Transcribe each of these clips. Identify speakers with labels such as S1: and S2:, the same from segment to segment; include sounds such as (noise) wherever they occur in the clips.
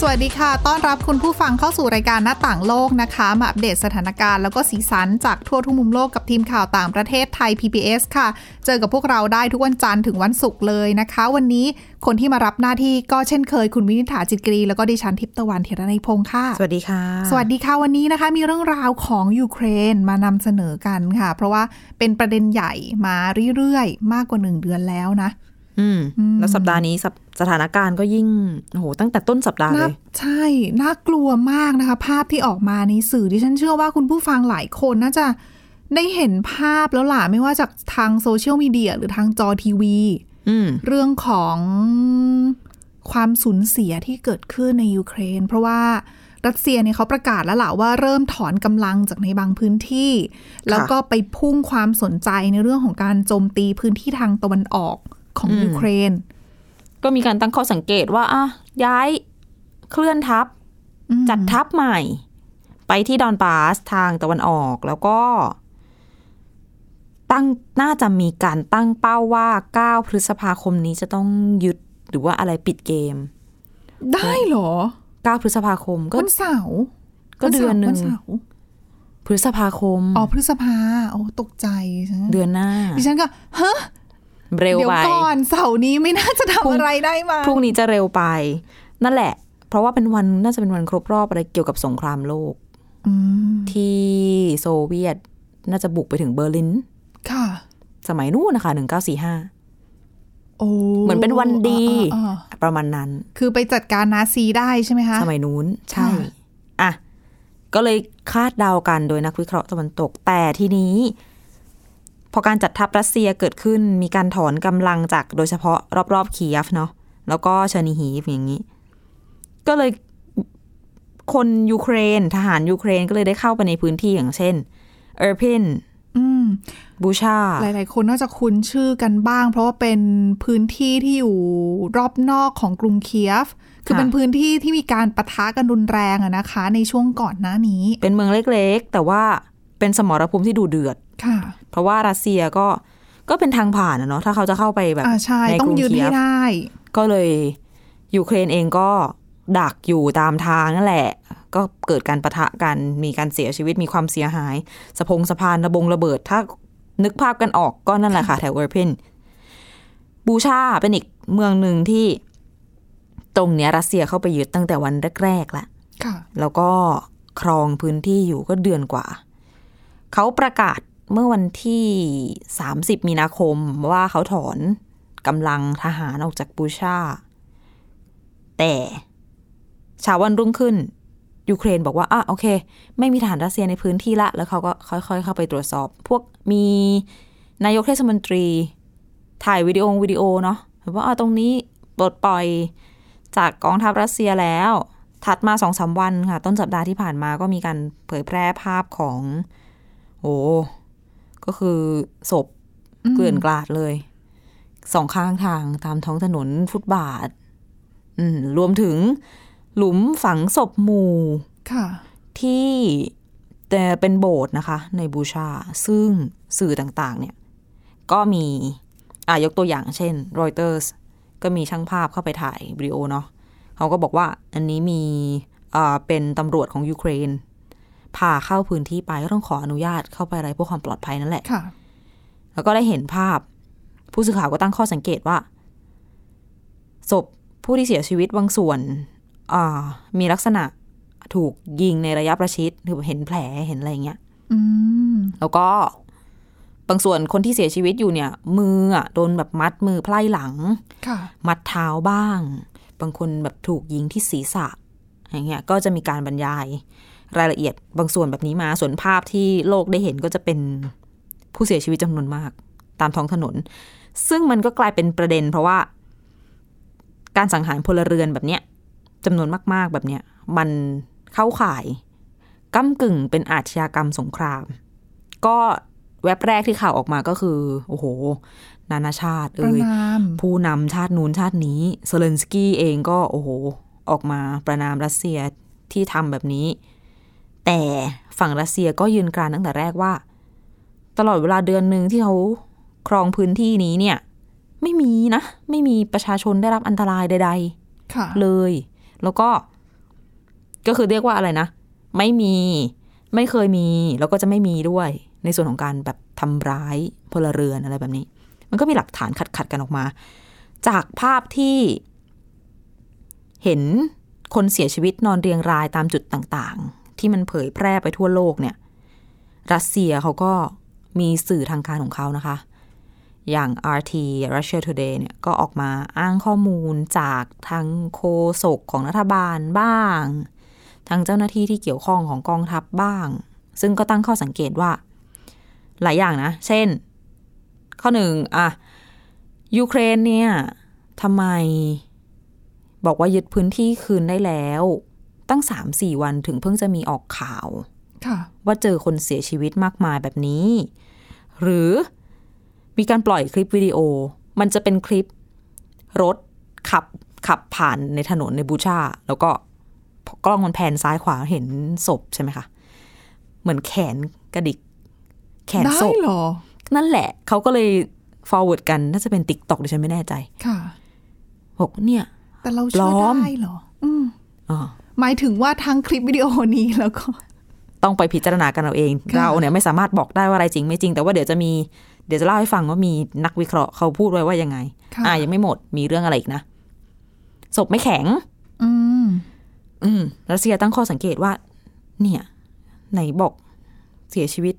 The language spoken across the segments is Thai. S1: สวัสดีค่ะ ต้อนรับคุณผู้ฟังเข้าสู่รายการหน้าต่างโลกนะคะ มาอัปเดตสถานการณ์แล้วก็สีสันจากทั่วทุกมุมโลกกับทีมข่าวต่างประเทศไทย PBS ค่ะ เจอกับพวกเราได้ทุกวันจันทร์ถึงวันศุกร์เลยนะคะ วันนี้คนที่มารับหน้าที่ก็เช่นเคยคุณวินิษฐาจิตกรี แล้วก็ดิฉันทิพย์ตะวันเทระในยพงค์ค่ะ
S2: สวัสดีค่ะ
S1: สวัสดีค่ะวันนี้นะคะ มีเรื่องราวของยูเครนมานำเสนอกันค่ะ เพราะว่าเป็นประเด็นใหญ่มาเรื่อยๆ มากกว่า 1 เดือนแล้วนะ
S2: อืม
S1: อืม
S2: แล้วสัปดาห์นี้สัปสถานการณ์ก็ยิ่ง โอ้โห ตั้งแต่ต้นสัปดาห์เล
S1: น่าย ใช่น่ากลัวมากนะคะ ภาพที่ออกมาในสื่อที่ฉันเชื่อว่าคุณผู้ฟังหลายคนน่าจะได้เห็นภาพแล้วล่ะ ไม่ว่าจากทางโซเชียลมีเดียหรือทางจอทีวี
S2: อืม
S1: เรื่องของความสูญเสียที่เกิดขึ้นในยูเครน เพราะว่ารัสเซียเนี่ยเขาประกาศแล้วล่ะว่าเริ่มถอนกำลังจากในบางพื้นที่ แล้วก็ไปพุ่งความสนใจในเรื่องของการโจมตีพื้นที่ทางตะวันออกของ
S2: อืม
S1: ยูเครน
S2: ก็มีการตั้งข้อสังเกตว่าอ่ะย้ายเคลื่อนทัพ
S1: อืม
S2: จัดทัพใหม่ ไปที่ดอนบาสทางตะวันออกแล้วก็ ตั้งน่าจะมีการตั้งเป้าว่า 9 พฤษภาคมนี้จะต้องยึดหรือว่าอะไรปิดเกม
S1: ได้เหรอ
S2: 9 พฤษภาคมก็
S1: วันเสาร์
S2: ก็เดือนหนึ่ง
S1: วัเสาร์
S2: พฤษภาคม
S1: อ๋อพฤษภาโอ้ตกใจฉัน
S2: เดือนหน้า
S1: ดิฉันก็เฮ้
S2: เร็ว
S1: เดี๋ยว
S2: ไป
S1: ก่อนเสาร์นี้ไม่น่าจะ
S2: พ
S1: ทำ
S2: รุ่ง
S1: อะไรได้มา
S2: พรุ่งนี้จะเร็วไป นั่นแหละ เพราะว่าเป็นวันน่าจะเป็นวันครบรอบอะไรเกี่ยวกับสงครามโลก
S1: อืม
S2: ที่โซเวียตน่าจะบุกไปถึงเบอร์ลิน
S1: ค่ะ
S2: สมัยนู้นนะคะ 1945
S1: โอ้
S2: เหมือนเป็นวันดี
S1: อ่าอ่าอ่า
S2: ประมาณนั้น
S1: คือไปจัดการนาซีได้ใช่ไหมคะ
S2: สมัยนู้น ใช่
S1: ค่ะ
S2: อ่ะ ก็เลยคาดเดากันโดยนักวิเคราะห์ตะวันตก แต่ทีนี้ พอการจัดทัพรัสเซียเกิดขึ้น มีการถอนกำลังจากโดยเฉพาะรอบๆเคียฟเนาะ แล้วก็เชอร์นิฮีฟอย่างนี้ ก็เลยคนยูเครน ทหารยูเครนก็เลยได้เข้าไปในพื้นที่อย่างเช่น เออร์พิน
S1: อืม
S2: บูชา
S1: หลาย ๆ คนน่าจะคุ้นชื่อกันบ้าง เพราะว่าเป็นพื้นที่ที่อยู่รอบนอกของกรุงเคียฟ คือ
S2: ค่ะ
S1: เป็นพื้นที่ที่มีการปะทะกันรุนแรงอะนะคะ ในช่วงก่อนหน้านี้
S2: เป็นเมืองเล็กๆ แต่ว่าเป็นสมรภูมิที่ดูเดือด
S1: ค่ะ
S2: เพราะว่ารัสเซียก็ ก็เป็นทางผ่านอะเนาะ ถ้าเขาจะเข้าไปแบบ
S1: อ่าใช่
S2: ใน
S1: ต้อก ง
S2: รุง
S1: ยืน
S2: เคีย
S1: ให้
S2: ฟ
S1: ได้
S2: ก็เลยยูเครนเองก็ดักอยู่ตามทางนั่นแหละ ก็เกิดการประทะกัน มีการเสียชีวิตมีความเสียหาย สะพงสะพานระบงระเบิด ถ้านึกภาพกันออกก็นั่นแหละค่ะ แถวเวอร์เพนบูชาเป็นอีกเมืองหนึ่งที่ตรงเนี้ยรัสเซียเข้าไปยึดตั้งแต่วันแรกๆละ
S1: ค่ะ
S2: แล้วก็ครองพื้นที่อยู่ก็เดือนกว่า เขาประกาศเมื่อวันที่ 30 มีนาคมว่าเขาถอนกำลังทหารออกจากบูชา แต่เช้าวันรุ่งขึ้น ยูเครนบอกว่าอ่ะโอเค ไม่มีทหารรัสเซียในพื้นที่ละ แล้วเขาก็ค่อยๆ เข้าไปตรวจสอบ พวกมีนายกเทศมนตรี ถ่ายวิดีโอวิดีโอเนาะแบบว่าอ่ะตรงนี้ปลดปล่อยจากกองทัพรัสเซียแล้ว ถัดมาสองสามวันค่ะ ต้นสัปดาห์ที่ผ่านมาก็มีการเผยแพร่ภาพของโอ้ก็คือศพเกลื่อนกลาดเลย สองข้างทางตามท้องถนนฟุตบาท อืมรวมถึงหลุมฝังศพหมู่
S1: ค่ะ
S2: ที่แต่เป็นโบสถ์นะคะ ในบูชา ซึ่งสื่อต่างๆ เนี่ย ก็มีอ่ายกตัวอย่างเช่นรอยเตอร์สก็มีช่างภาพเข้าไปถ่ายวิดีโอเนาะ เขาก็บอกว่าอันนี้มีอ่าเป็นตำรวจของยูเครน พาเข้าพื้นที่ไปก็ต้องขออนุญาตเข้าไปอะไรเพื่อความปลอดภัยนั่นแหละ
S1: ค่ะ
S2: แล้วก็ได้เห็นภาพ ผู้สื่อข่าวก็ตั้งข้อสังเกตว่า ศพผู้ที่เสียชีวิตบางส่วนอ่ามีลักษณะถูกยิงในระยะประชิดคือเห็นแผลเห็นอะไรอย่างเงี้ย
S1: อืม
S2: แล้วก็บางส่วนคนที่เสียชีวิตอยู่เนี่ย มืออะโดนแบบมัดมือไพล่หลัง
S1: ค่ะ
S2: มัดเท้าบ้าง บางคนแบบถูกยิงที่ศีรษะ อย่างเงี้ย ก็จะมีการบรรยายรายละเอียดบางส่วนแบบนี้มา ส่วนภาพที่โลกได้เห็นก็จะเป็นผู้เสียชีวิตจำนวนมาก ตามท้องถนน ซึ่งมันก็กลายเป็นประเด็น เพราะว่า การสังหารพลเรือนแบบเนี้ยจำนวนมาก ๆ แบบเนี้ย มันเข้าข่ายก้ากึ่งเป็นอาชญากรรมสงคราม ก็แว็บแรกที่ข่าวออกมาก็คือ โอ้โห นานาชาติ
S1: ประ
S2: เอ่ย
S1: นาม
S2: ผู้นำชาตินู้นชาตินี้เซเลนสกี้เองก็โอ้โห ออกมาประนามรัสเซียที่ทำแบบนี้ แต่ฝั่งรัสเซียก็ยืนกรานตั้งแต่แรกว่า ตลอดเวลาเดือนหนึ่งที่เขาครองพื้นที่นี้เนี่ย ไม่มีนะ ไม่มีประชาชนได้รับอันตรายใด ๆ
S1: ค่ะ
S2: เลย แล้วก็ก็คือเรียกว่าอะไรนะ ไม่มี ไม่เคยมี แล้วก็จะไม่มีด้วย ในส่วนของการแบบทำร้ายพลเรือนอะไรแบบนี้ มันก็มีหลักฐานขัดขัดๆกันออกมา จากภาพที่ เห็นคนเสียชีวิตนอนเรียงรายตามจุดต่างๆ ที่มันเผยแพร่ไปทั่วโลกเนี่ย รัสเซียเขาก็มีสื่อทางการของเขานะคะ อย่าง RT Russia Today เนี่ยก็ออกมาอ้างข้อมูลจากทางโฆษกของรัฐบาลบ้าง ทางเจ้าหน้าที่ที่เกี่ยวข้องของกองทัพบ้าง ซึ่งก็ตั้งข้อสังเกตว่า หลายอย่างนะ เช่น ข้อหนึ่งอ่ะ ยูเครนเนี่ยทำไม บอกว่ายึดพื้นที่คืนได้แล้ว ตั้ง 3-4 วันถึงเพิ่งจะมีออกข่าว
S1: ค่ะ
S2: ว่าเจอคนเสียชีวิตมากมายแบบนี้ หรือมีการปล่อยคลิปวิดีโอ มันจะเป็นคลิปรถขับขับผ่านในถนนในบูชา แล้วก็กล้องมันแผนซ้ายขวาเห็นศพใช่ไหมคะ เหมือนแขนกระดิก แขน
S1: ได้
S2: ศพ
S1: เหรอ
S2: นั่นแหละ เขาก็เลย forward กัน น่าจะเป็นติ๊กต็อกดิฉันไม่แน่ใจ
S1: ค่ะ
S2: บอกเนี่ย
S1: แต่เราเชื่อ
S2: ปลอม
S1: ได้เหรอ อืม
S2: อ่า
S1: หมายถึงว่าทั้งคลิปวิดีโอนี้แล้วก็ (laughs)
S2: ต้องไปพิจารณากันเอาเอง
S1: ค่ะ
S2: เราเนี่ยไม่สามารถบอกได้ว่าอะไรจริงไม่จริง แต่ว่าเดี๋ยวจะมี เดี๋ยวจะเล่าให้ฟังว่ามีนักวิเคราะห์เขาพูดไว้ว่ายังไง
S1: ค่ะ
S2: อ่ะยังไม่หมด มีเรื่องอะไรอีกนะ ศพไม่แข็ง
S1: อืม
S2: อืม รัสเซียตั้งข้อสังเกตว่า เนี่ย ไหนบอกเสียชีวิต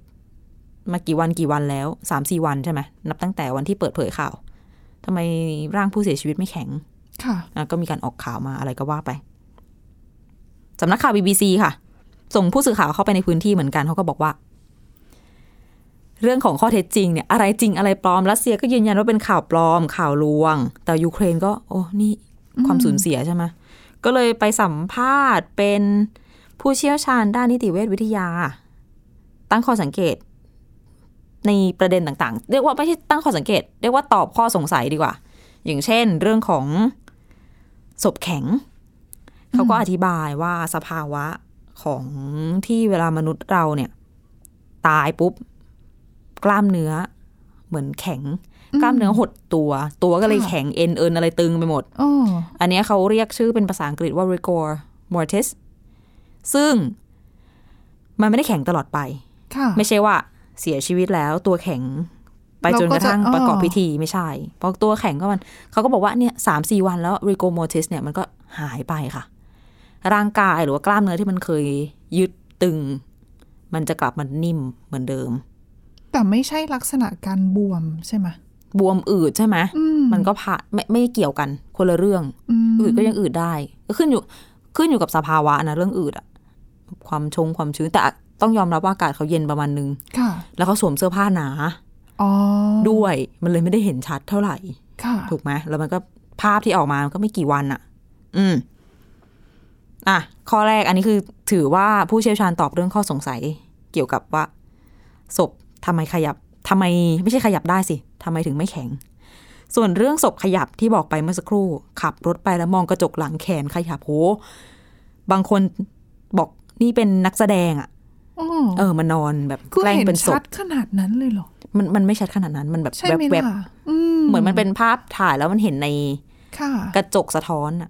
S2: มากี่วันกี่วันแล้ว สามสี่วันใช่ไหม นับตั้งแต่วันที่เปิดเผยข่าว ทำไมร่างผู้เสียชีวิตไม่แข็ง
S1: ค่ะ
S2: อ่ะก็มีการออกข่าวมาอะไรก็ว่าไป สำนักข่าว BBC ค่ะ ส่งผู้สื่อข่าวเข้าไปในพื้นที่เหมือนกันเขาก็บอกว่า เรื่องของข้อเท็จจริงเนี่ยอะไรจริงอะไรปลอมรัสเซียก็ยืนยันว่าเป็นข่าวปลอม ข่าวลวง แต่ยูเครนก็ โอ้นี่ความสูญเสียใช่ไหมก็เลยไปสัมภาษณ์เป็นผู้เชี่ยวชาญด้านนิติเวชวิทยา ตั้งข้อสังเกต ในประเด็นต่างๆ เรียกว่าไม่ใช่ตั้งข้อสังเกต เรียกว่าตอบข้อสงสัยดีกว่า อย่างเช่น เรื่องของ ศพแข็ง เขาก็อธิบายว่าสภาวะของที่เวลามนุษย์เราเนี่ย ตายปุ๊บ กล้ามเนื้อ เหมือนแข็ง กล้ามเนื้อหดตัว ตัวก็เลย
S1: ค่ะ
S2: แข็งเอ็นเอินอะไรตึงไปหมด
S1: โอ้
S2: อันเนี้ยเขาเรียกชื่อเป็นภาษาอังกฤษว่า rigor mortis ซึ่งมันไม่ได้แข็งตลอดไป
S1: ค่ะ
S2: ไม่ใช่ว่าเสียชีวิตแล้วตัวแข็งไป
S1: เรา
S2: จน
S1: ก็
S2: กระ
S1: จะ
S2: ทั่ง
S1: อ๋อ
S2: ประกอบพิธีไม่ใช่ เพราะตัวแข็งก็มันเขาก็บอกว่าเนี่ยสามสี่วันแล้วริโกโมทิสเนี่ยมันก็หายไปค่ะ ร่างกายหรือว่ากล้ามเนื้อที่มันเคยยึดตึง มันจะกลับมานิ่มเหมือนเดิม
S1: แต่ไม่ใช่ลักษณะการบวมใช่ไหม
S2: บวมอืดใช่ไหม
S1: อื
S2: มันก็ผ่าไม่ไม่เกี่ยวกันคนละเรื่อง
S1: อืม
S2: อืดก็ยังอืดได้ก็ขึ้นอยู่ขึ้นอยู่กับสภาวะนะเรื่องอืดอะความชงความชื้นแต่ต้องยอมรับว่าอากาศเขาเย็นประมาณนึง
S1: ค่ะ
S2: แล้วเขาสวมเสื้อผ้าหนา
S1: อ๋อ
S2: ด้วยมันเลยไม่ได้เห็นชัดเท่าไหร่
S1: ค่ะ
S2: ถูกไหมแล้วมันก็ภาพที่ออกมามันก็ไม่กี่วันอะอืม อ่ะ ข้อแรกอันนี้คือถือว่าผู้เชี่ยวชาญตอบเรื่องข้อสงสัย เกี่ยวกับว่า ศพทำไมขยับทำไมไม่ใช่ขยับได้สิทำไมถึงไม่แข็ง ส่วนเรื่องศพขยับที่บอกไปเมื่อสักครู่ ขับรถไปแล้วมองกระจกหลังแขนขยับโหบางคนบอกนี่เป็นนักแสดงอะ
S1: โอ้
S2: เออมานอนแบบ
S1: คือ
S2: แกล้ง
S1: เห็น
S2: เป็นศ
S1: ชั
S2: พ
S1: ดขนาดนั้นเลยเหรอ
S2: มันมันไม่ชัดขนาดนั้นมันแบบ
S1: ใช่ไหม
S2: แวบ
S1: ล่ะอื
S2: ๆเหมือนมันเป็นภาพถ่ายแล้วมันเห็นใน
S1: ค่ะ
S2: กระจกสะท้อนน่ะ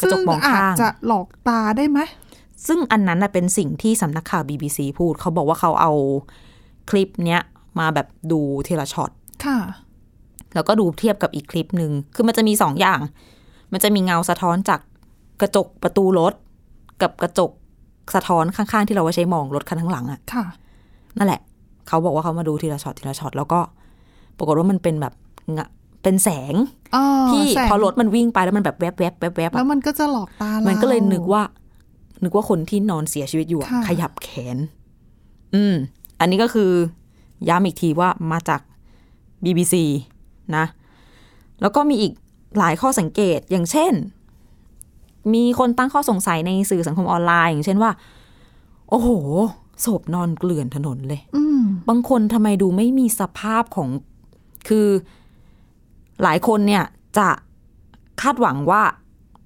S2: กระจ
S1: ซึ่
S2: ก
S1: ง
S2: มองข้าง
S1: อาจจะหลอกตาได้ไหม
S2: ซึ่งอันนั้นน่ะเป็นสิ่งที่สำนักข่าว BBC พูด เขาบอกว่าเขาเอาคลิปเนี้ยมาแบบดูทีละช็อต
S1: ค่ะ
S2: แล้วก็ดูเทียบกับอีกคลิปหนึ่ง คือมันจะมีสองอย่าง มันจะมีเงาสะท้อนจากกระจกประตูรถ กับกระจกสะท้อนข้างๆ ที่เราไว้ใช้มองรถคันข้างหลังอะ
S1: ค่ะ
S2: นั่นแหละ เขาบอกว่าเขามาดูทีละช็อตทีละช็อตแล้วก็ ปรากฏว่ามันเป็นแบบเงาเป็นแสง
S1: อ๋อ
S2: ที่
S1: แสง
S2: พอรถมันวิ่งไปแล้วมันแบบแวบๆแวบๆแวบๆอะ
S1: แล้วมันก็จะหลอกตาเรา
S2: มั
S1: มั
S2: นก็เลยนึกว่า นึกว่าคนที่นอนเสียชีวิตอยู่อะ
S1: ค่ะ
S2: ขยับแขน อืม อันนี้ก็คือย้ำอีกทีว่ามาจาก BBC นะ แล้วก็มีอีกหลายข้อสังเกตอย่างเช่น มีคนตั้งข้อสงสัยในสื่อสังคมออนไลน์ อย่างเช่นว่า โอ้โหศพนอนเกลื่อนถนนเลย
S1: อืม
S2: บางคนทำไมดูไม่มีสภาพของคือหลายคนเนี่ยจะคาดหวังว่า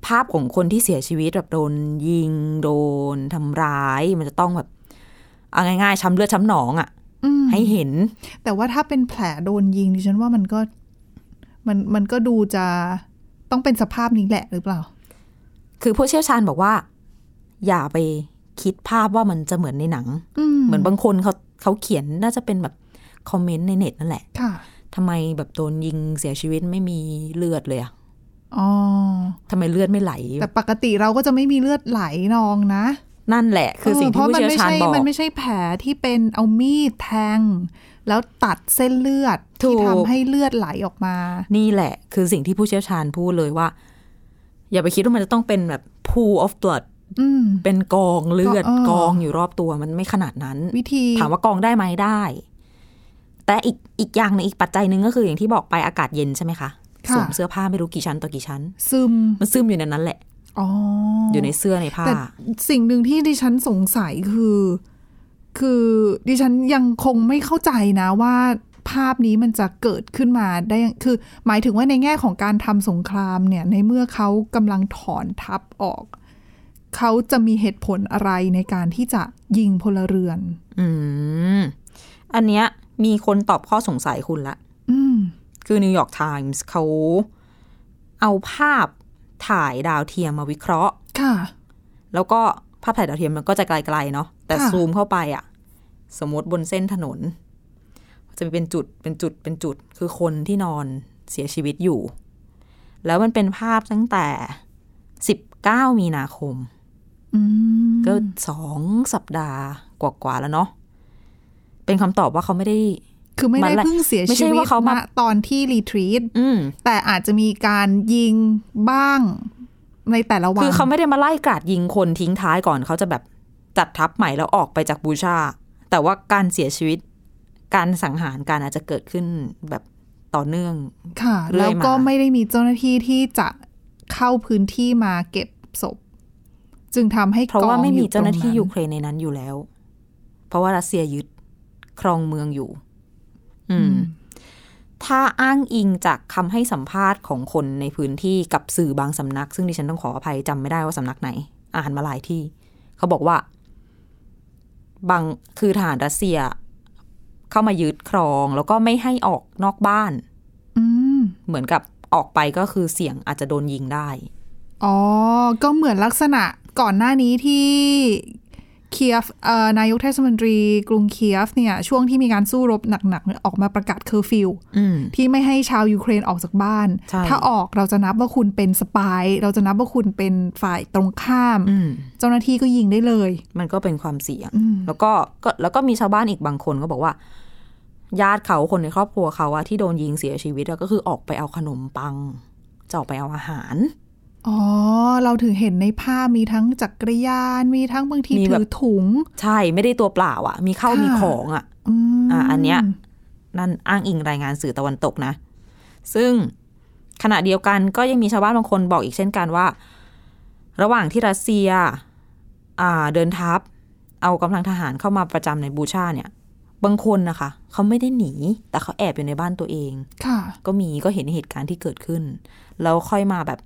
S2: ภาพของคนที่เสียชีวิตแบบโดนยิง โดนทำร้าย มันจะต้องแบบเอาง่ายๆช้ำเลือดช้ำหนองอะ่ะ
S1: อืม
S2: ให้เห็น
S1: แต่ว่าถ้าเป็นแผลโดนยิงดิฉันว่ามันก็ มันมันก็ดูจะต้องเป็นสภาพนี้แหละหรือเปล่า
S2: คือผู้เชี่ยวชาญบอกว่า อย่าไปคิดภาพว่ามันจะเหมือนในหนัง
S1: อืม
S2: เหมือนบางคนเขาเขาเขียนน่าจะเป็นแบบคอมเมนต์ในเน็ตนั่นแหละ
S1: ค่ะ
S2: ทำไมแบบโดนยิงเสียชีวิตไม่มีเลือดเลยอะ
S1: อ๋อ
S2: ทำไมเลือดไม่ไหล
S1: แต่ปกติเราก็จะไม่มีเลือดไหลนองนะ
S2: นั่นแหละ คือสิ่ง
S1: เพ
S2: ที่
S1: ราะ
S2: ผู้
S1: มั
S2: เชี่ยว
S1: ไม่
S2: ชาญ
S1: ใช่
S2: บอก
S1: มันไม่ใช่แผลที่เป็นเอามีดแทง แล้วตัดเส้นเลือด
S2: ถู
S1: ที่
S2: ก
S1: ทำให้เลือดไหลออกมา
S2: นี่แหละ คือสิ่งที่ผู้เชี่ยวชาญพูดเลยว่า อย่าไปคิดว่ามันจะต้องเป็นแบบ pool of blood
S1: อืม
S2: เป็นกองเลือด
S1: ก็เออ
S2: กองอยู่รอบตัวมันไม่ขนาดนั้น
S1: วิธี
S2: ถามว่ากองได้ไหมได้ แต่อีกอีกอย่างหนึงอีกปัจจัยหนึ่งก็คืออย่างที่บอกไปอากาศเย็นใช่ไหมคะ
S1: ค่ะ
S2: สวมเสื้อผ้าไม่รู้กี่ชั้นต่อกี่ชั้น
S1: ซึม
S2: มันซึมอยู่ในนั้นแหละ
S1: อ๋อ
S2: อ
S1: อ
S2: ยู่ในเสื้อในผ้า
S1: แต่สิ่งหนึ่งที่ดิฉันสงสัยคือ คือดิฉันยังคงไม่เข้าใจนะว่าภาพนี้มันจะเกิดขึ้นมาได้ยังคือ หมายถึงว่าในแง่ของการทำสงครามเนี่ย ในเมื่อเขากำลังถอนทัพออก เขาจะมีเหตุผลอะไรในการที่จะยิงพลเรือน
S2: อืม อันเนี้ยมีคนตอบข้อสงสัยคุณละ
S1: อืม
S2: คือนิวยอร์กไทมส์เขาเอาภาพถ่ายดาวเทียมมาวิเคราะห์
S1: ค่ะ
S2: แล้วก็ภาพถ่ายดาวเทียมมันก็จะไกลๆเนาะแต่
S1: ค่ะ
S2: ซูมเข้าไปอะสมมติบนเส้นถนน จะมีเป็นจุดเป็นจุดเป็นจุดคือคนที่นอนเสียชีวิตอยู่ แล้วมันเป็นภาพตั้งแต่ 19 มีนาคม
S1: อืม
S2: ก็สองสัปดาห์กว่าๆแล้วเนาะเป็นคำตอบว่าเขาไม่ได้
S1: คือไม่
S2: มั
S1: ได้
S2: นแหละ
S1: เพิ่งเสีย
S2: ไม่ใช่
S1: ชีวิต
S2: ว่าเขามา
S1: ณตอนที่รีทรีต
S2: อืม
S1: แต่อาจจะมีการยิงบ้างในแต่ละวัน
S2: คือเขาไม่ได้มาไล่กราดยิงคนทิ้งท้ายก่อนเขาจะแบบจัดทัพใหม่แล้วออกไปจากบูชา แต่ว่าการเสียชีวิต การสังหารการอาจจะเกิดขึ้นแบบต่อเนื่อง
S1: ค่ะ
S2: เรื่
S1: แล้ว
S2: อยมา
S1: ก็ไม่ได้มีเจ้าหน้าที่ที่จะเข้าพื้นที่มาเก็บศพ จึงทำให้
S2: เพราะว่าก
S1: อง
S2: ไม่
S1: อ
S2: มี
S1: ยู่ต
S2: เจ้าหน้าที่
S1: ง
S2: ยูเครนในนั้นอยู่แล้ว เพราะว่ารัสเซียยึดครองเมืองอยู่ อืม ถ้าอ้างอิงจากคำให้สัมภาษณ์ของคนในพื้นที่กับสื่อบางสำนัก ซึ่งดิฉันต้องขออภัยจำไม่ได้ว่าสำนักไหน อ่านมาหลายที่ เขาบอกว่า บางคือทหารรัสเซีย เข้ามายึดครอง แล้วก็ไม่ให้ออกนอกบ้าน
S1: อืม
S2: เหมือนกับออกไปก็คือเสี่ยงอาจจะโดนยิงได้
S1: อ๋อ ก็เหมือนลักษณะก่อนหน้านี้ที่เคียฟเอ่อนายกเทศมนตรีกรุงเคียฟเนี่ย ช่วงที่มีการสู้รบหนักๆเนี่ยออกมาประกาศเคอร์ฟิว
S2: อืม
S1: ที่ไม่ให้ชาวยูเครนออกจากบ้าน
S2: ใช่
S1: ถ้าออกเราจะนับว่าคุณเป็นสปาย เราจะนับว่าคุณเป็นฝ่ายตรงข้าม
S2: อืม
S1: เจ้าหน้าที่ก็ยิงได้เลย
S2: มันก็เป็นความเสี่ยง
S1: อืม
S2: แล้วก็ก็แล้วก็มีชาวบ้านอีกบางคนก็บอกว่า ญาติเขาคนในครอบครัวเขาอะที่โดนยิงเสียชีวิตอะก็คือออกไปเอาขนมปัง จะออกไปเอาอาหาร
S1: อ๋อ เราถึงเห็นในภาพมีทั้งจักรยาน มีทั้งบางที
S2: มีแบ
S1: ถื
S2: บ
S1: อถุง
S2: ใช่ไม่ได้ตัวเปล่าอะมีข้าว
S1: ค่ะ
S2: มีของอะ
S1: อืม
S2: อ่ะอันเนี้ย นั่นอ้างอิงรายงานสื่อตะวันตกนะ ซึ่งขณะเดียวกันก็ยังมีชาวบ้านบางคนบอกอีกเช่นกันว่า ระหว่างที่รัสเซีย อ่าเดินทัพ เอากำลังทหารเข้ามาประจำในบูชาเนี่ย บางคนนะคะเขาไม่ได้หนี แต่เขาแอบอยู่ในบ้านตัวเอง
S1: ค่ะ
S2: ก็มีก็เห็นเหตุการณ์ที่เกิดขึ้น แล้วค่อยมาแบบ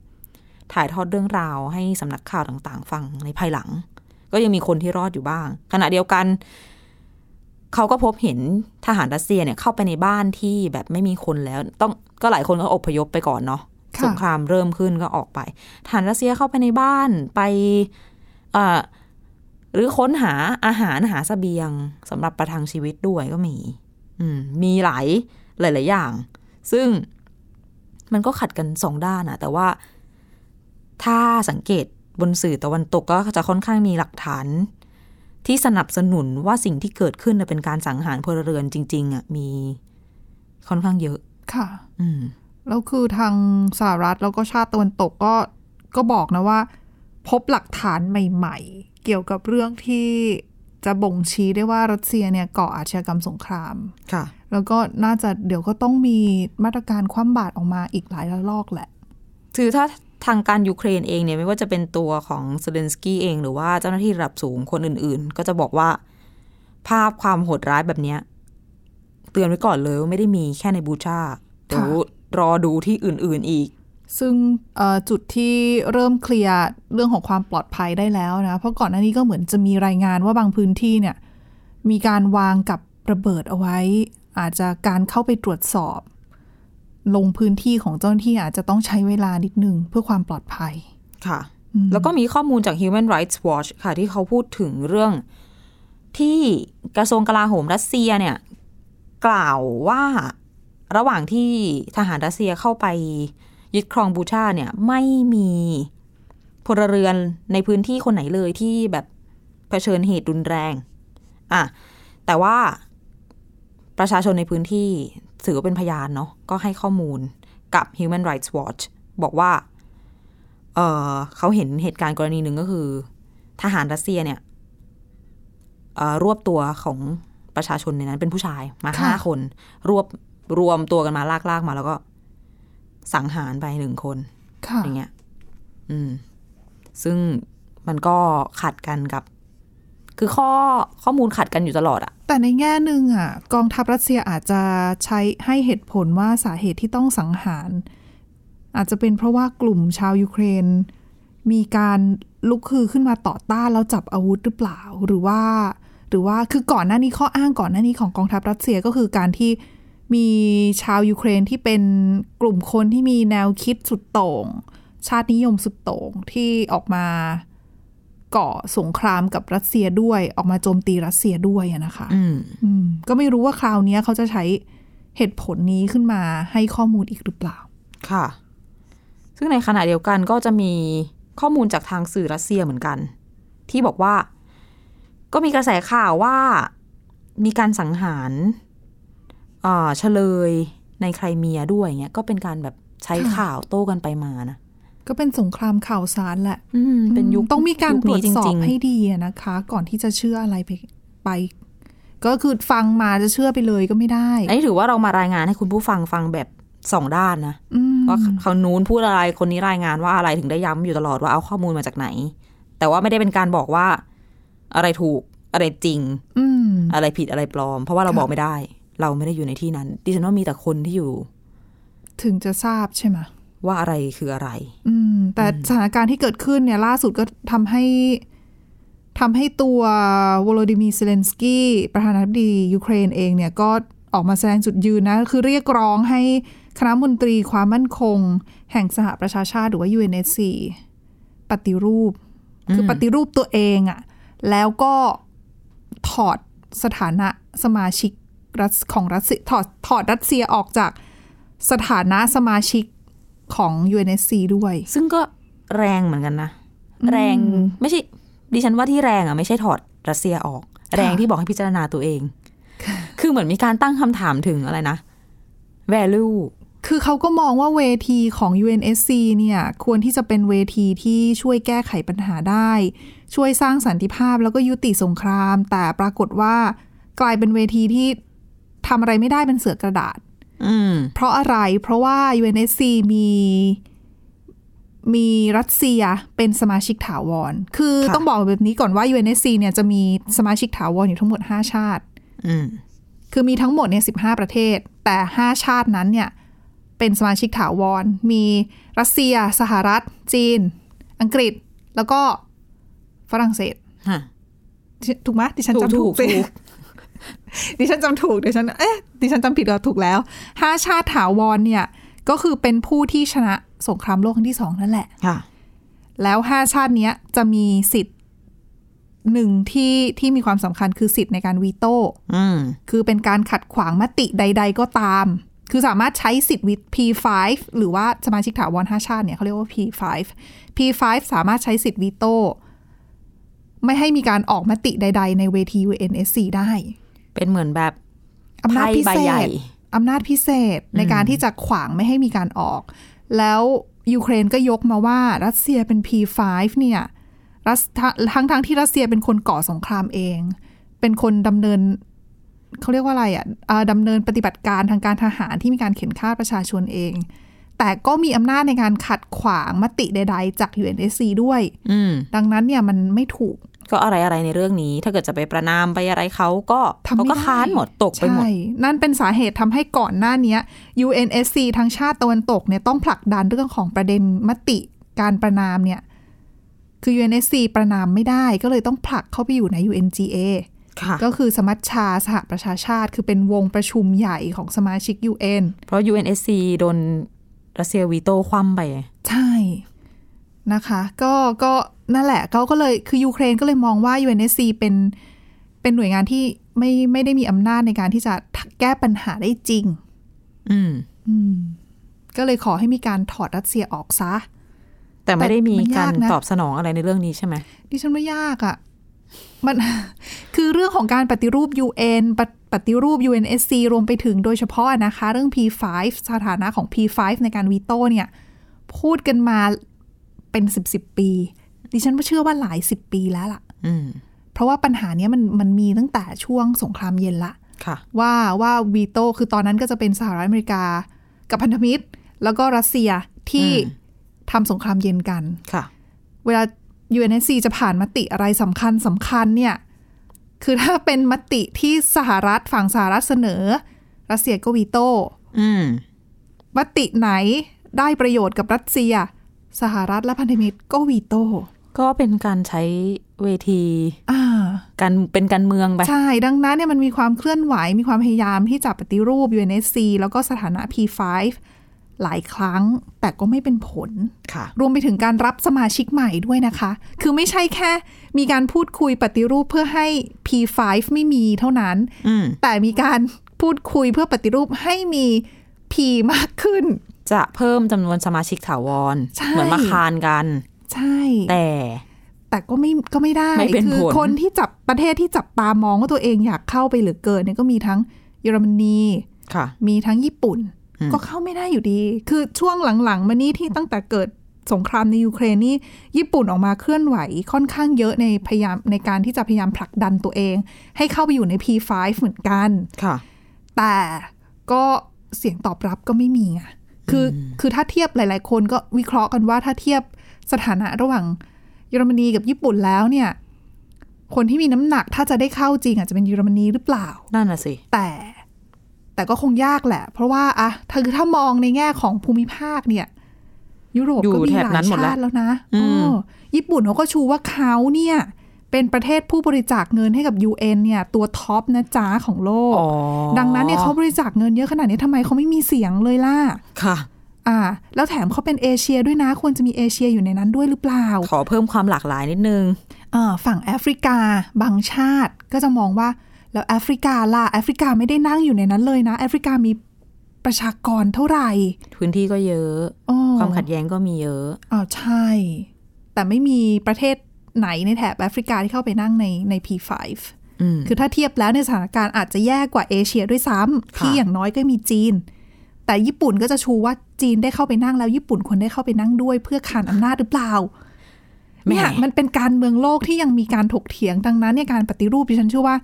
S2: ถ่ายทอดเรื่องราวให้สำนักข่าวต่างๆ ฟังในภายหลัง ก็ยังมีคนที่รอดอยู่บ้าง ขณะเดียวกัน เขาก็พบเห็นทหารรัสเซียเนี่ยเข้าไปในบ้านที่แบบไม่มีคนแล้ว ต้องก็หลายคนก็อพยพไปก่อนเนาะ
S1: ค่ะ
S2: สงครามเริ่มขึ้นก็ออกไปทหารรัสเซียเข้าไปในบ้านไปเอ่อหรือค้นหาอาหารหาเสบียงสำหรับประทังชีวิตด้วยก็มี อืมมีหลายหลาย ๆ อย่าง ซึ่งมันก็ขัดกันสองด้านอะแต่ว่าถ้าสังเกตบนสื่อตะวันตกก็จะค่อนข้างมีหลักฐาน ที่สนับสนุนว่าสิ่งที่เกิดขึ้นน่ะเป็นการสังหารพลเรือนจริง ๆอะมีค่อนข้างเยอะ
S1: ค่ะ
S2: อืม
S1: แล้วคือทางสหรัฐแล้วก็ชาติตะวันตกก็ก็บอกนะว่า พบหลักฐานใหม่ ๆ เกี่ยวกับเรื่องที่จะบ่งชี้ได้ว่ารัสเซียเนี่ยก่ออาชญากรรมสงคราม
S2: ค่ะ
S1: แล้วก็น่าจะเดี๋ยวก็ต้องมีมาตรการคว่ำบาตรออกมาอีกหลายระลอกแหละ
S2: คือถ้าทางการยูเครนเองเนี่ยไม่ว่าจะเป็นตัวของเซเลนสกี้เองหรือว่าเจ้าหน้าที่ระดับสูงคนอื่น ๆ ก็จะบอกว่า ภาพความโหดร้ายแบบเนี้ยเตือนไว้ก่อนเลยว่าไม่ได้มีแค่ในบูชาเดี๋ยวรอดูที่อื่น ๆ อีก
S1: ซึ่งเอ่อจุดที่เริ่มเคลียร์เรื่องของความปลอดภัยได้แล้วนะ เพราะก่อนหน้านี้ก็เหมือนจะมีรายงานว่าบางพื้นที่เนี่ยมีการวางกับระเบิดเอาไว้ อาจจะการเข้าไปตรวจสอบ ลงพื้นที่ของเจ้าหน้าที่อาจจะต้องใช้เวลานิดนึงเพื่อความปลอดภัย
S2: ค่ะ แล้วก็มีข้อมูลจาก Human Rights Watch ค่ะ ที่เขาพูดถึงเรื่องที่กระทรวงกลาโหมรัสเซียเนี่ย กล่าวว่าระหว่างที่ทหารรัสเซียเข้าไปยึดครองบูชาเนี่ยไม่มีพลเรือนในพื้นที่คนไหนเลยที่แบบเผชิญเหตุรุนแรงอ่ะแต่ว่าประชาชนในพื้นที่ถือว่าเป็นพยานเนาะก็ให้ข้อมูลกับ Human Rights Watch บอกว่า เอ่อเขาเห็นเหตุการณ์กรณีหนึ่งก็คือ ทหารรัสเซียเนี่ยเอ่อรวบตัวของประชาชนในนั้นเป็นผู้ชายมา
S1: ค่ะ
S2: ห้าคน รวบรวมตัวกันมาลากลากมา แล้วก็สังหารไปหนึ่งคน
S1: ค่ะ
S2: อย่างเงี้ย อืม ซึ่งมันก็ขัดกันกับ คือข้อข้อมูลขัดกันอยู่ตลอดอะ
S1: แต่ในแง่หนึ่งอ่ะกองทัพรัสเซียอาจจะใช้ให้เหตุผลว่าสาเหตุที่ต้องสังหาร อาจจะเป็นเพราะว่ากลุ่มชาวยูเครน มีการลุกคือขึ้นมาต่อต้านแล้วจับอาวุธหรือเปล่า หรือว่า หรือว่าคือก่อนหน้านี้ข้ออ้างก่อนหน้านี้ของกองทัพรัสเซียก็คือการที่มีชาวยูเครนที่เป็นกลุ่มคนที่มีแนวคิดสุดโต่ง ชาตินิยมสุดโต่งที่ออกมา ก่อสงครามกับรัสเซียด้วยออกมาโจมตีรัสเซียด้วยอะนะคะ
S2: อืม
S1: อืมก็ไม่รู้ว่าคราวเนี้ยเขาจะใช้เหตุผลนี้ขึ้นมาให้ข้อมูลอีกหรือเปล่า
S2: ค่ะ ซึ่งในขณะเดียวกันก็จะมีข้อมูลจากทางสื่อรัสเซียเหมือนกัน ที่บอกว่า ก็มีกระแสข่าวว่ามีการสังหารเอ่อเฉลยในไครเมียด้วยเงี้ยก็เป็นการแบบใช้
S1: ค่ะ
S2: ข่าวโต้กันไปมานะ
S1: ก็เป็นสงครามข่าวสารแหละ
S2: อืม เป็นยุค
S1: ต้องมีการ
S2: ยุค
S1: ตรว
S2: นี้
S1: จสอบ
S2: ริงๆ
S1: ให้ดีอะนะคะ ก่อนที่จะเชื่ออะไรไปไป ก็คือฟังมาจะเชื่อไปเลยก็ไม่ได้
S2: อันนี้ถือว่าเรามารายงานให้คุณผู้ฟังฟังแบบสองด้านนะ
S1: อืม
S2: ว่าเขานู้นพูดอะไรคนนี้รายงานว่าอะไรถึงได้ย้ำอยู่ตลอดว่าเอาข้อมูลมาจากไหน แต่ว่าไม่ได้เป็นการบอกว่า อะไรถูกอะไรจริง
S1: อืม
S2: อะไรผิดอะไรปลอม เพราะว่าเรา
S1: ค่ะ
S2: บอกไม่ได้ เราไม่ได้อยู่ในที่นั้นดิฉันว่ามีแต่คนที่อยู่
S1: ถึงจะทราบใช่ไหม
S2: ว่าอะไรคืออะไร
S1: อืม แต่สถานการณ์ที่เกิดขึ้นเนี่ยล่าสุดก็ทำให้ทำให้ตัววโลดิมีเซเลนสกี้ประธานาธิบดียูเครนเองเนี่ยก็ออกมาแสดงจุดยืนนะ คือเรียกร้องให้คณะมนตรีความมั่นคง แห่งสหประชาชาติหรือว่า UNSC ปฏิรูป คือปฏิรูปตัวเองอะแล้วก็ถอดสถานะสมาชิกรัฐของรัสเซียถอดถอดรัสเซียออกจากสถานะสมาชิกของ UNSC ด้วย
S2: ซึ่งก็แรงเหมือนกันนะ แรงไม่ใช่ดิฉันว่าที่แรงอ่ะไม่ใช่ถอดรัสเซียออก แรงที่บอกให้พิจารณาตัวเอง คือเหมือนมีการตั้งคำถามถึงอะไรนะ value
S1: คือเขาก็มองว่าเวทีของ UNSC เนี่ยควรที่จะเป็นเวทีที่ช่วยแก้ไขปัญหาได้ ช่วยสร้างสันติภาพแล้วก็ยุติสงคราม แต่ปรากฏว่ากลายเป็นเวทีที่ทำอะไรไม่ได้เป็นเสือกระดาษ
S2: อืม
S1: เพราะอะไร เพราะว่า UNSC มี มีรัสเซียเป็นสมาชิกถาวร คือ
S2: ค่ะ
S1: ต้องบอกแบบนี้ก่อนว่า UNSC เนี่ยจะมีสมาชิกถาวรอยู่ทั้งหมด 5 ชาติ
S2: อืม
S1: คือมีทั้งหมดเนี่ยสิประเทศ แต่ 5 ชาตินั้นเนี่ยเป็นสมาชิกถาวร มีรัสเซีย สหรัฐ จีน อังกฤษ แล้วก็ฝรั่งเศส
S2: ฮะ
S1: ถูกไหมดิฉันจำ
S2: ถู
S1: ถู
S2: ก
S1: ก
S2: ถู
S1: สิ
S2: กถูก
S1: (laughs) ดิฉันจำถูกดิฉันเอ๊ะดิฉันจำผิดก็ถูกแล้วห้าชาติถาวรเนี่ย ก็คือเป็นผู้ที่ชนะสงครามโลกครั้งที่สองนั่นแหละ
S2: ค่ะ
S1: แล้วห้าชาติเนี้ยจะมีสิทธิ์หนึ่งที่ที่มีความสำคัญคือสิทธิ์ในการวีโต้
S2: อืม
S1: คือเป็นการขัดขวางมติใด ๆ ก็ตาม คือสามารถใช้สิทธิ์วิ P5 หรือว่าสมาชิกถาวร5ชาติเนี่ยเขาเรียกว่า P5 P5 สามารถใช้สิทธิ์วีโต้ไม่ให้มีการออกมติใด ๆ ในเวที UNSC ได้
S2: เป็นเหมือนแบบ
S1: อำนาจ
S2: ไพ่
S1: พิ
S2: ใบ
S1: เศ
S2: ใหญ่
S1: ษอำนาจพิเศษในการที่จะขวางไม่ให้มีการออก แล้วยูเครนก็ยกมาว่ารัสเซียเป็น P5 เนี่ยรัสทั้งทั้งๆที่รัสเซียเป็นคนก่อสงครามเอง เป็นคนดำเนิน เขาเรียกว่าอะไรอ่ะเอ่อดำเนินปฏิบัติการทางการทหารที่มีการเข็นฆ่าประชาชนเอง แต่ก็มีอำนาจในการขัดขวางมติใด ๆ จาก UNSC ด้วย
S2: อืม
S1: ดังนั้นเนี่ยมันไม่ถูก
S2: ก็อะไรอะไรในเรื่องนี้ ถ้าเกิดจะไปประนามไปอะไรเขาก็
S1: ทำไม่
S2: เขาก็
S1: ได้
S2: ค้านหมดตกไปหมด
S1: ใช่ นั่นเป็นสาเหตุทำให้ก่อนหน้าเนี้ย UNSC ทั้งชาติตะวันตกเนี่ยต้องผลักดันเรื่องของประเด็นมติการประนามเนี่ย คือ UNSC ประนามไม่ได้ก็เลยต้องผลักเข้าไปอยู่ใน UNGA
S2: ค่ะ
S1: ก็คือสมัชชาสหประชาชาติ คือเป็นวงประชุมใหญ่ของสมาชิก UN
S2: เพราะ UNSC โดนรัสเซียวีโต้คว่ำไป
S1: ใช่นะคะ ก็ก็นั่นแหละเขาก็เลยคือยูเครนก็เลยมองว่า UNSC เป็นเป็นหน่วยงานที่ไม่ไม่ได้มีอำนาจในการที่จะแก้ปัญหาได้จริง
S2: อืม
S1: อืมก็เลยขอให้มีการถอดรัสเซียออกซะ
S2: แต่ไม่ได้มี
S1: แต่มั
S2: กาย
S1: นาร กนะ
S2: ตอบสนองอะไรในเรื่องนี้ใช่ไหม
S1: ดิฉันว่ายากอะ่ะ มัน (laughs) คือเรื่องของการปฏิรูป UN ปฏิปฏิรูป UNSC รวมไปถึงโดยเฉพาะนะคะ เรื่อง P5 สถานะของ P5 ในการวีโต้เนี่ย พูดกันมาเป็นสิบสิบปี ดิฉันว่าเชื่อว่าหลายสิบปีแล้วล่ะ
S2: อืม
S1: เพราะว่าปัญหาเนี้ยมันมันมีตั้งแต่ช่วงสงครามเย็นละ
S2: ค่ะ
S1: ว่าว่าวีโต้คือตอนนั้นก็จะเป็นสหรัฐอเมริกา กับพันธมิตร แล้วก็รัสเซียที่
S2: อืม
S1: ทำสงครามเย็นกัน
S2: ค่ะ
S1: เวลา UNSC จะผ่านมติอะไรสำคัญสำคัญเนี่ย คือถ้าเป็นมติที่สหรัฐฝั่งสหรัฐเสนอ รัสเซียก็วีโต้
S2: อืม
S1: มติไหนได้ประโยชน์กับรัสเซีย สหรัฐและพันธมิตรก็วีโต้
S2: ก็เป็นการใช้เวที
S1: อ่า
S2: การเป็นการเมืองไป
S1: ใช่ ดังนั้นเนี่ยมันมีความเคลื่อนไหว มีความพยายามที่จะปฏิรูป UNSC แล้วก็สถานะ P5 หลายครั้ง แต่ก็ไม่เป็นผล
S2: ค่ะ
S1: รวมไปถึงการรับสมาชิกใหม่ด้วยนะคะ คือไม่ใช่แค่ มีการพูดคุยปฏิรูปเพื่อให้ P5 ไม่มีเท่านั้น
S2: อืม
S1: แต่มีการพูดคุยเพื่อปฏิรูปให้มี P มากขึ้น
S2: จะเพิ่มจำนวนสมาชิกถาวร
S1: ใช่
S2: เหมือนมาคานกัน
S1: ใช่
S2: แต่
S1: แต่ก็ไม่ก็ไม่ได้
S2: ไม่เป็น
S1: คื
S2: ผล
S1: คนที่จับประเทศที่จับตามองว่าตัวเองอยากเข้าไปเหลือเกินเนี่ยก็มีทั้งเยอรมนี
S2: ค่ะ
S1: มีทั้งญี่ปุ่น
S2: อืม
S1: ก็เข้าไม่ได้อยู่ดี คือช่วงหลังๆ มานี่ที่ตั้งแต่เกิดสงครามในยูเครนนี่ญี่ปุ่นออกมาเคลื่อนไหวค่อนข้างเยอะในพยายามในการที่จะพยายามผลักดันตัวเอง ให้เข้าไปอยู่ใน P5 เหมือนกัน
S2: ค่ะ
S1: แต่ก็เสียงตอบรับก็ไม่มีไงคืออคือถ้าเทียบหลาย ๆ คนก็วิเคราะห์กันว่าถ้าเทียบสถานะระหว่างเยอรมนีกับญี่ปุ่นแล้วเนี่ย คนที่มีน้ำหนักถ้าจะได้เข้าจริงอาจจะเป็นเยอรมนีหรือเปล่า
S2: นั่นน่ะสิ
S1: แต่แต่ก็คงยากแหละ เพราะว่าอะถ้าคือถ้ามองในแง่ของภูมิภาคเนี่ย ยุโรป
S2: อยู่
S1: ก็มี
S2: แถบ
S1: หลาย
S2: นั้นหมดแล้
S1: ชาว ติแล้วนะ
S2: อืม
S1: เออญี่ปุ่นเขาก็ชูว่าเขาเนี่ย เป็นประเทศผู้บริจาคเงินให้กับ UN เนี่ย ตัวท็อปนะจ๊ะของโลก
S2: อ๋อ
S1: ดังนั้นเนี่ยเขาบริจาคเงินเยอะขนาดนี้ทำไมเขาไม่มีเสียงเลยล่ะ
S2: ค่ะ
S1: อ่า แล้วแถมเขาเป็นเอเชียด้วยนะ ควรจะมีเอเชียอยู่ในนั้นด้วยหรือเปล่า
S2: ขอเพิ่มความหลากหลายนิดนึง
S1: อ่าฝั่งแอฟริกา บางชาติก็จะมองว่า แล้วแอฟริกาล่ะแอฟริกาไม่ได้นั่งอยู่ในนั้นเลยนะ แอฟริกามีประชากรเท่าไหร่
S2: พื้นที่ก็เยอะ
S1: อ้อ
S2: ความขัดแย้งก็มีเยอะ
S1: อ่าวใช่ แต่ไม่มีประเทศไหนในแถบแอฟริกาที่เข้าไปนั่งในใน P5
S2: อืม
S1: คือถ้าเทียบแล้วในยสถานการณ์อาจจะแย่กว่าเอเชียด้วยซ้ำ
S2: ค่ะ
S1: ที่อย่างน้อยก็มีจีน แต่ญี่ปุ่นก็จะชูว่าจีนได้เข้าไปนั่งแล้วญี่ปุ่นควรได้เข้าไปนั่งด้วย เพื่อขานอำนาจหรือเปล่า เนี่ย
S2: แห
S1: มันเป็นการเมืองโลกที่ยังมีการถกเถียงดังนั้นเนี่ยการปฏิรูปดิฉันเชื่อว่า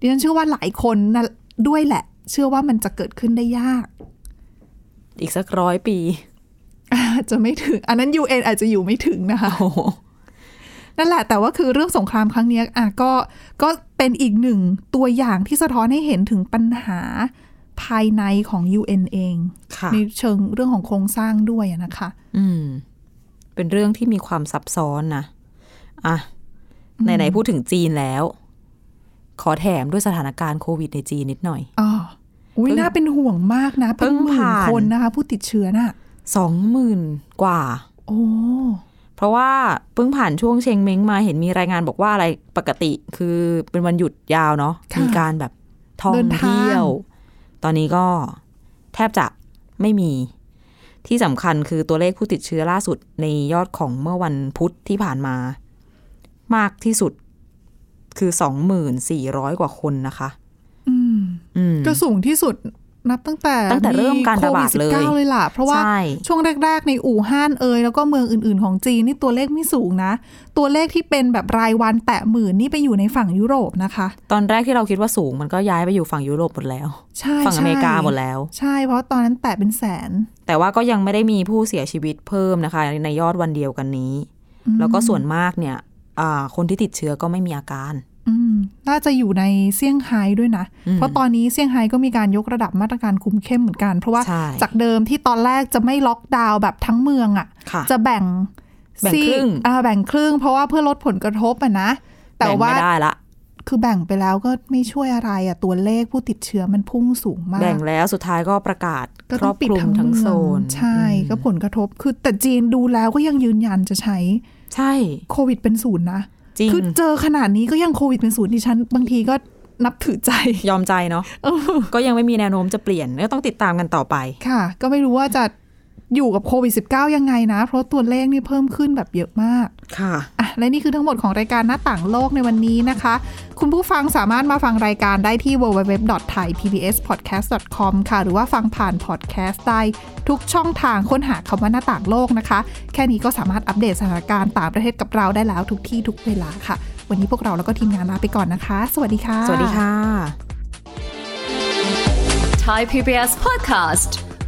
S1: ดิฉันเชื่อว่าหลายคนนะด้วยแหละ เชื่อว่ามันจะเกิดขึ้นได้ยาก (laughs)
S2: อีกสักร้อยปี
S1: อาจจะไม่ถึง อันนั้น UN อาจจะอยู่ไม่ถึงนะคะ
S2: โอ้โห
S1: นั่นแหละแต่ว่าคือเรื่องสงครามครั้งเนี้ยอ่ะก็ก็เป็นอีกหนึ่งตัวอย่างที่สะท้อนให้เห็นถึงปัญหาภายในของ UN เอง
S2: ค่ะ
S1: ในเชิงเรื่องของโครงสร้างด้วยอะนะคะ
S2: อืม เป็นเรื่องที่มีความซับซ้อนนะ อ่ะ ไหนๆพูดถึงจีนแล้ว ขอแถมด้วยสถานการณ์โควิดในจีนนิดหน่อย
S1: อ๋ออุ้ย
S2: เพิ่ง
S1: น่าเป็นห่วงมากนะ
S2: เพิ่ง
S1: ป็นหมื่น
S2: ผ่าน
S1: คนนะคะ ผู้ติดเชื้อน่ะ
S2: สองหมื่นกว่า
S1: โอ้
S2: เพราะว่าเพิ่งผ่านช่วงเชงเม้งมาเห็นมีรายงานบอกว่าอะไรปกติคือเป็นวันหยุดยาวเนาะ
S1: ค่ะ
S2: มีการแบบท่อง
S1: เดินทาง
S2: เที่ยว ตอนนี้ก็แทบจะไม่มี ที่สำคัญคือตัวเลขผู้ติดเชื้อล่าสุดในยอดของเมื่อวันพุธที่ผ่านมา มากที่สุดคือสองหมื่นสี่ร้อยกว่าคนนะคะ
S1: อืม
S2: อืม
S1: ก็สูงที่สุดนับตั้งแต่
S2: ตั้งแต่เริ่มการระบาดเลย
S1: โควิ19เลยล่ะ เพราะว่า
S2: ใช่
S1: ช่วงแรก ๆ ในอู่ฮั่นเอยแล้วก็เมืองอื่น ๆ ของจีนนี่ตัวเลขไม่สูงนะ ตัวเลขที่เป็นแบบรายวันแตะหมื่นนี่ไปอยู่ในฝั่งยุโรปนะคะ
S2: ตอนแรกที่เราคิดว่าสูงมันก็ย้ายไปอยู่ฝั่งยุโรปหมดแล้ว
S1: ใช่
S2: ฝั่งอเมริกา
S1: ใช่
S2: หมดแล้ว
S1: ใช่เพราะตอนนั้นแตะเป็นแสน
S2: แต่ว่าก็ยังไม่ได้มีผู้เสียชีวิตเพิ่มนะคะ ในยอดวันเดียวกันนี้
S1: อืม
S2: แล้วก็ส่วนมากเนี่ย อ่าคนที่ติดเชื้อก็ไม่มีอาการ
S1: อืมน่าจะอยู่ในเซี่ยงไฮ้ด้วยนะ
S2: อืม
S1: เพราะตอนนี้เซี่ยงไฮ้ก็มีการยกระดับมาตรการคุมเข้มเหมือนกัน เพราะว่า
S2: ใช่
S1: จากเดิมที่ตอนแรกจะไม่ล็อกดาวน์แบบทั้งเมืองอ่ะ
S2: ค่ะ
S1: จะแบ่ง
S2: แบ่ง
S1: ซีก
S2: ครึ่ง
S1: อ่าแบ่งครึ่ง เพราะว่าเพื่อลดผลกระทบอะนะ แต่
S2: บ่ง
S1: ว่า
S2: ไม่ได้ละ
S1: คือแบ่งไปแล้วก็ไม่ช่วยอะไรอะตัวเลขผู้ติดเชื้อมันพุ่งสูงมาก
S2: แบ่งแล้วสุดท้ายก็ประกาศ
S1: ก็
S2: คร
S1: ต้อ
S2: อง บ
S1: ปิด
S2: คลุม
S1: ทั้ง
S2: ทั้ง
S1: เมื
S2: โซ
S1: อง
S2: น
S1: ใช่
S2: อืม
S1: ก็ผลกระทบคือแต่จีนดูแล้วก็ยังยืนยันจะใช้
S2: ใช่
S1: โควิดเป็นศูนย์นะ
S2: จริง
S1: คือเจอขนาดนี้ก็ยังโควิดเป็นศูนย์ดิฉัน บางทีก็นับถือใจ
S2: (laughs) ยอมใจเนาะก็ยังไม่มีแนวโน้มจะเปลี่ยนก็ต้องติดตามกันต่อไป
S1: ค่ะ ก็ไม่รู้ว่าจะอยู่กับโควิด -19 ยังไงนะ เพราะตัวเลขนี่เพิ่มขึ้นแบบเยอะมาก
S2: ค่ะ
S1: อ่ะและนี่คือทั้งหมดของรายการหน้าต่างโลกในวันนี้นะคะ คุณผู้ฟังสามารถมาฟังรายการได้ที่ www.thaipbspodcast.com ค่ะ หรือว่าฟังผ่านพอดแคสต์ได้ทุกช่องทางค้นหาคำว่าหน้าต่างโลกนะคะ แค่นี้ก็สามารถอัปเดตสถานการณ์ต่างประเทศกับเราได้แล้วทุกที่ทุกเวลาค่ะ วันนี้พวกเราแล้วก็ทีมงานลาไปก่อนนะคะ สวัสดีค่ะ
S2: สวัสดีค่ะ
S3: Thai PBS podcast.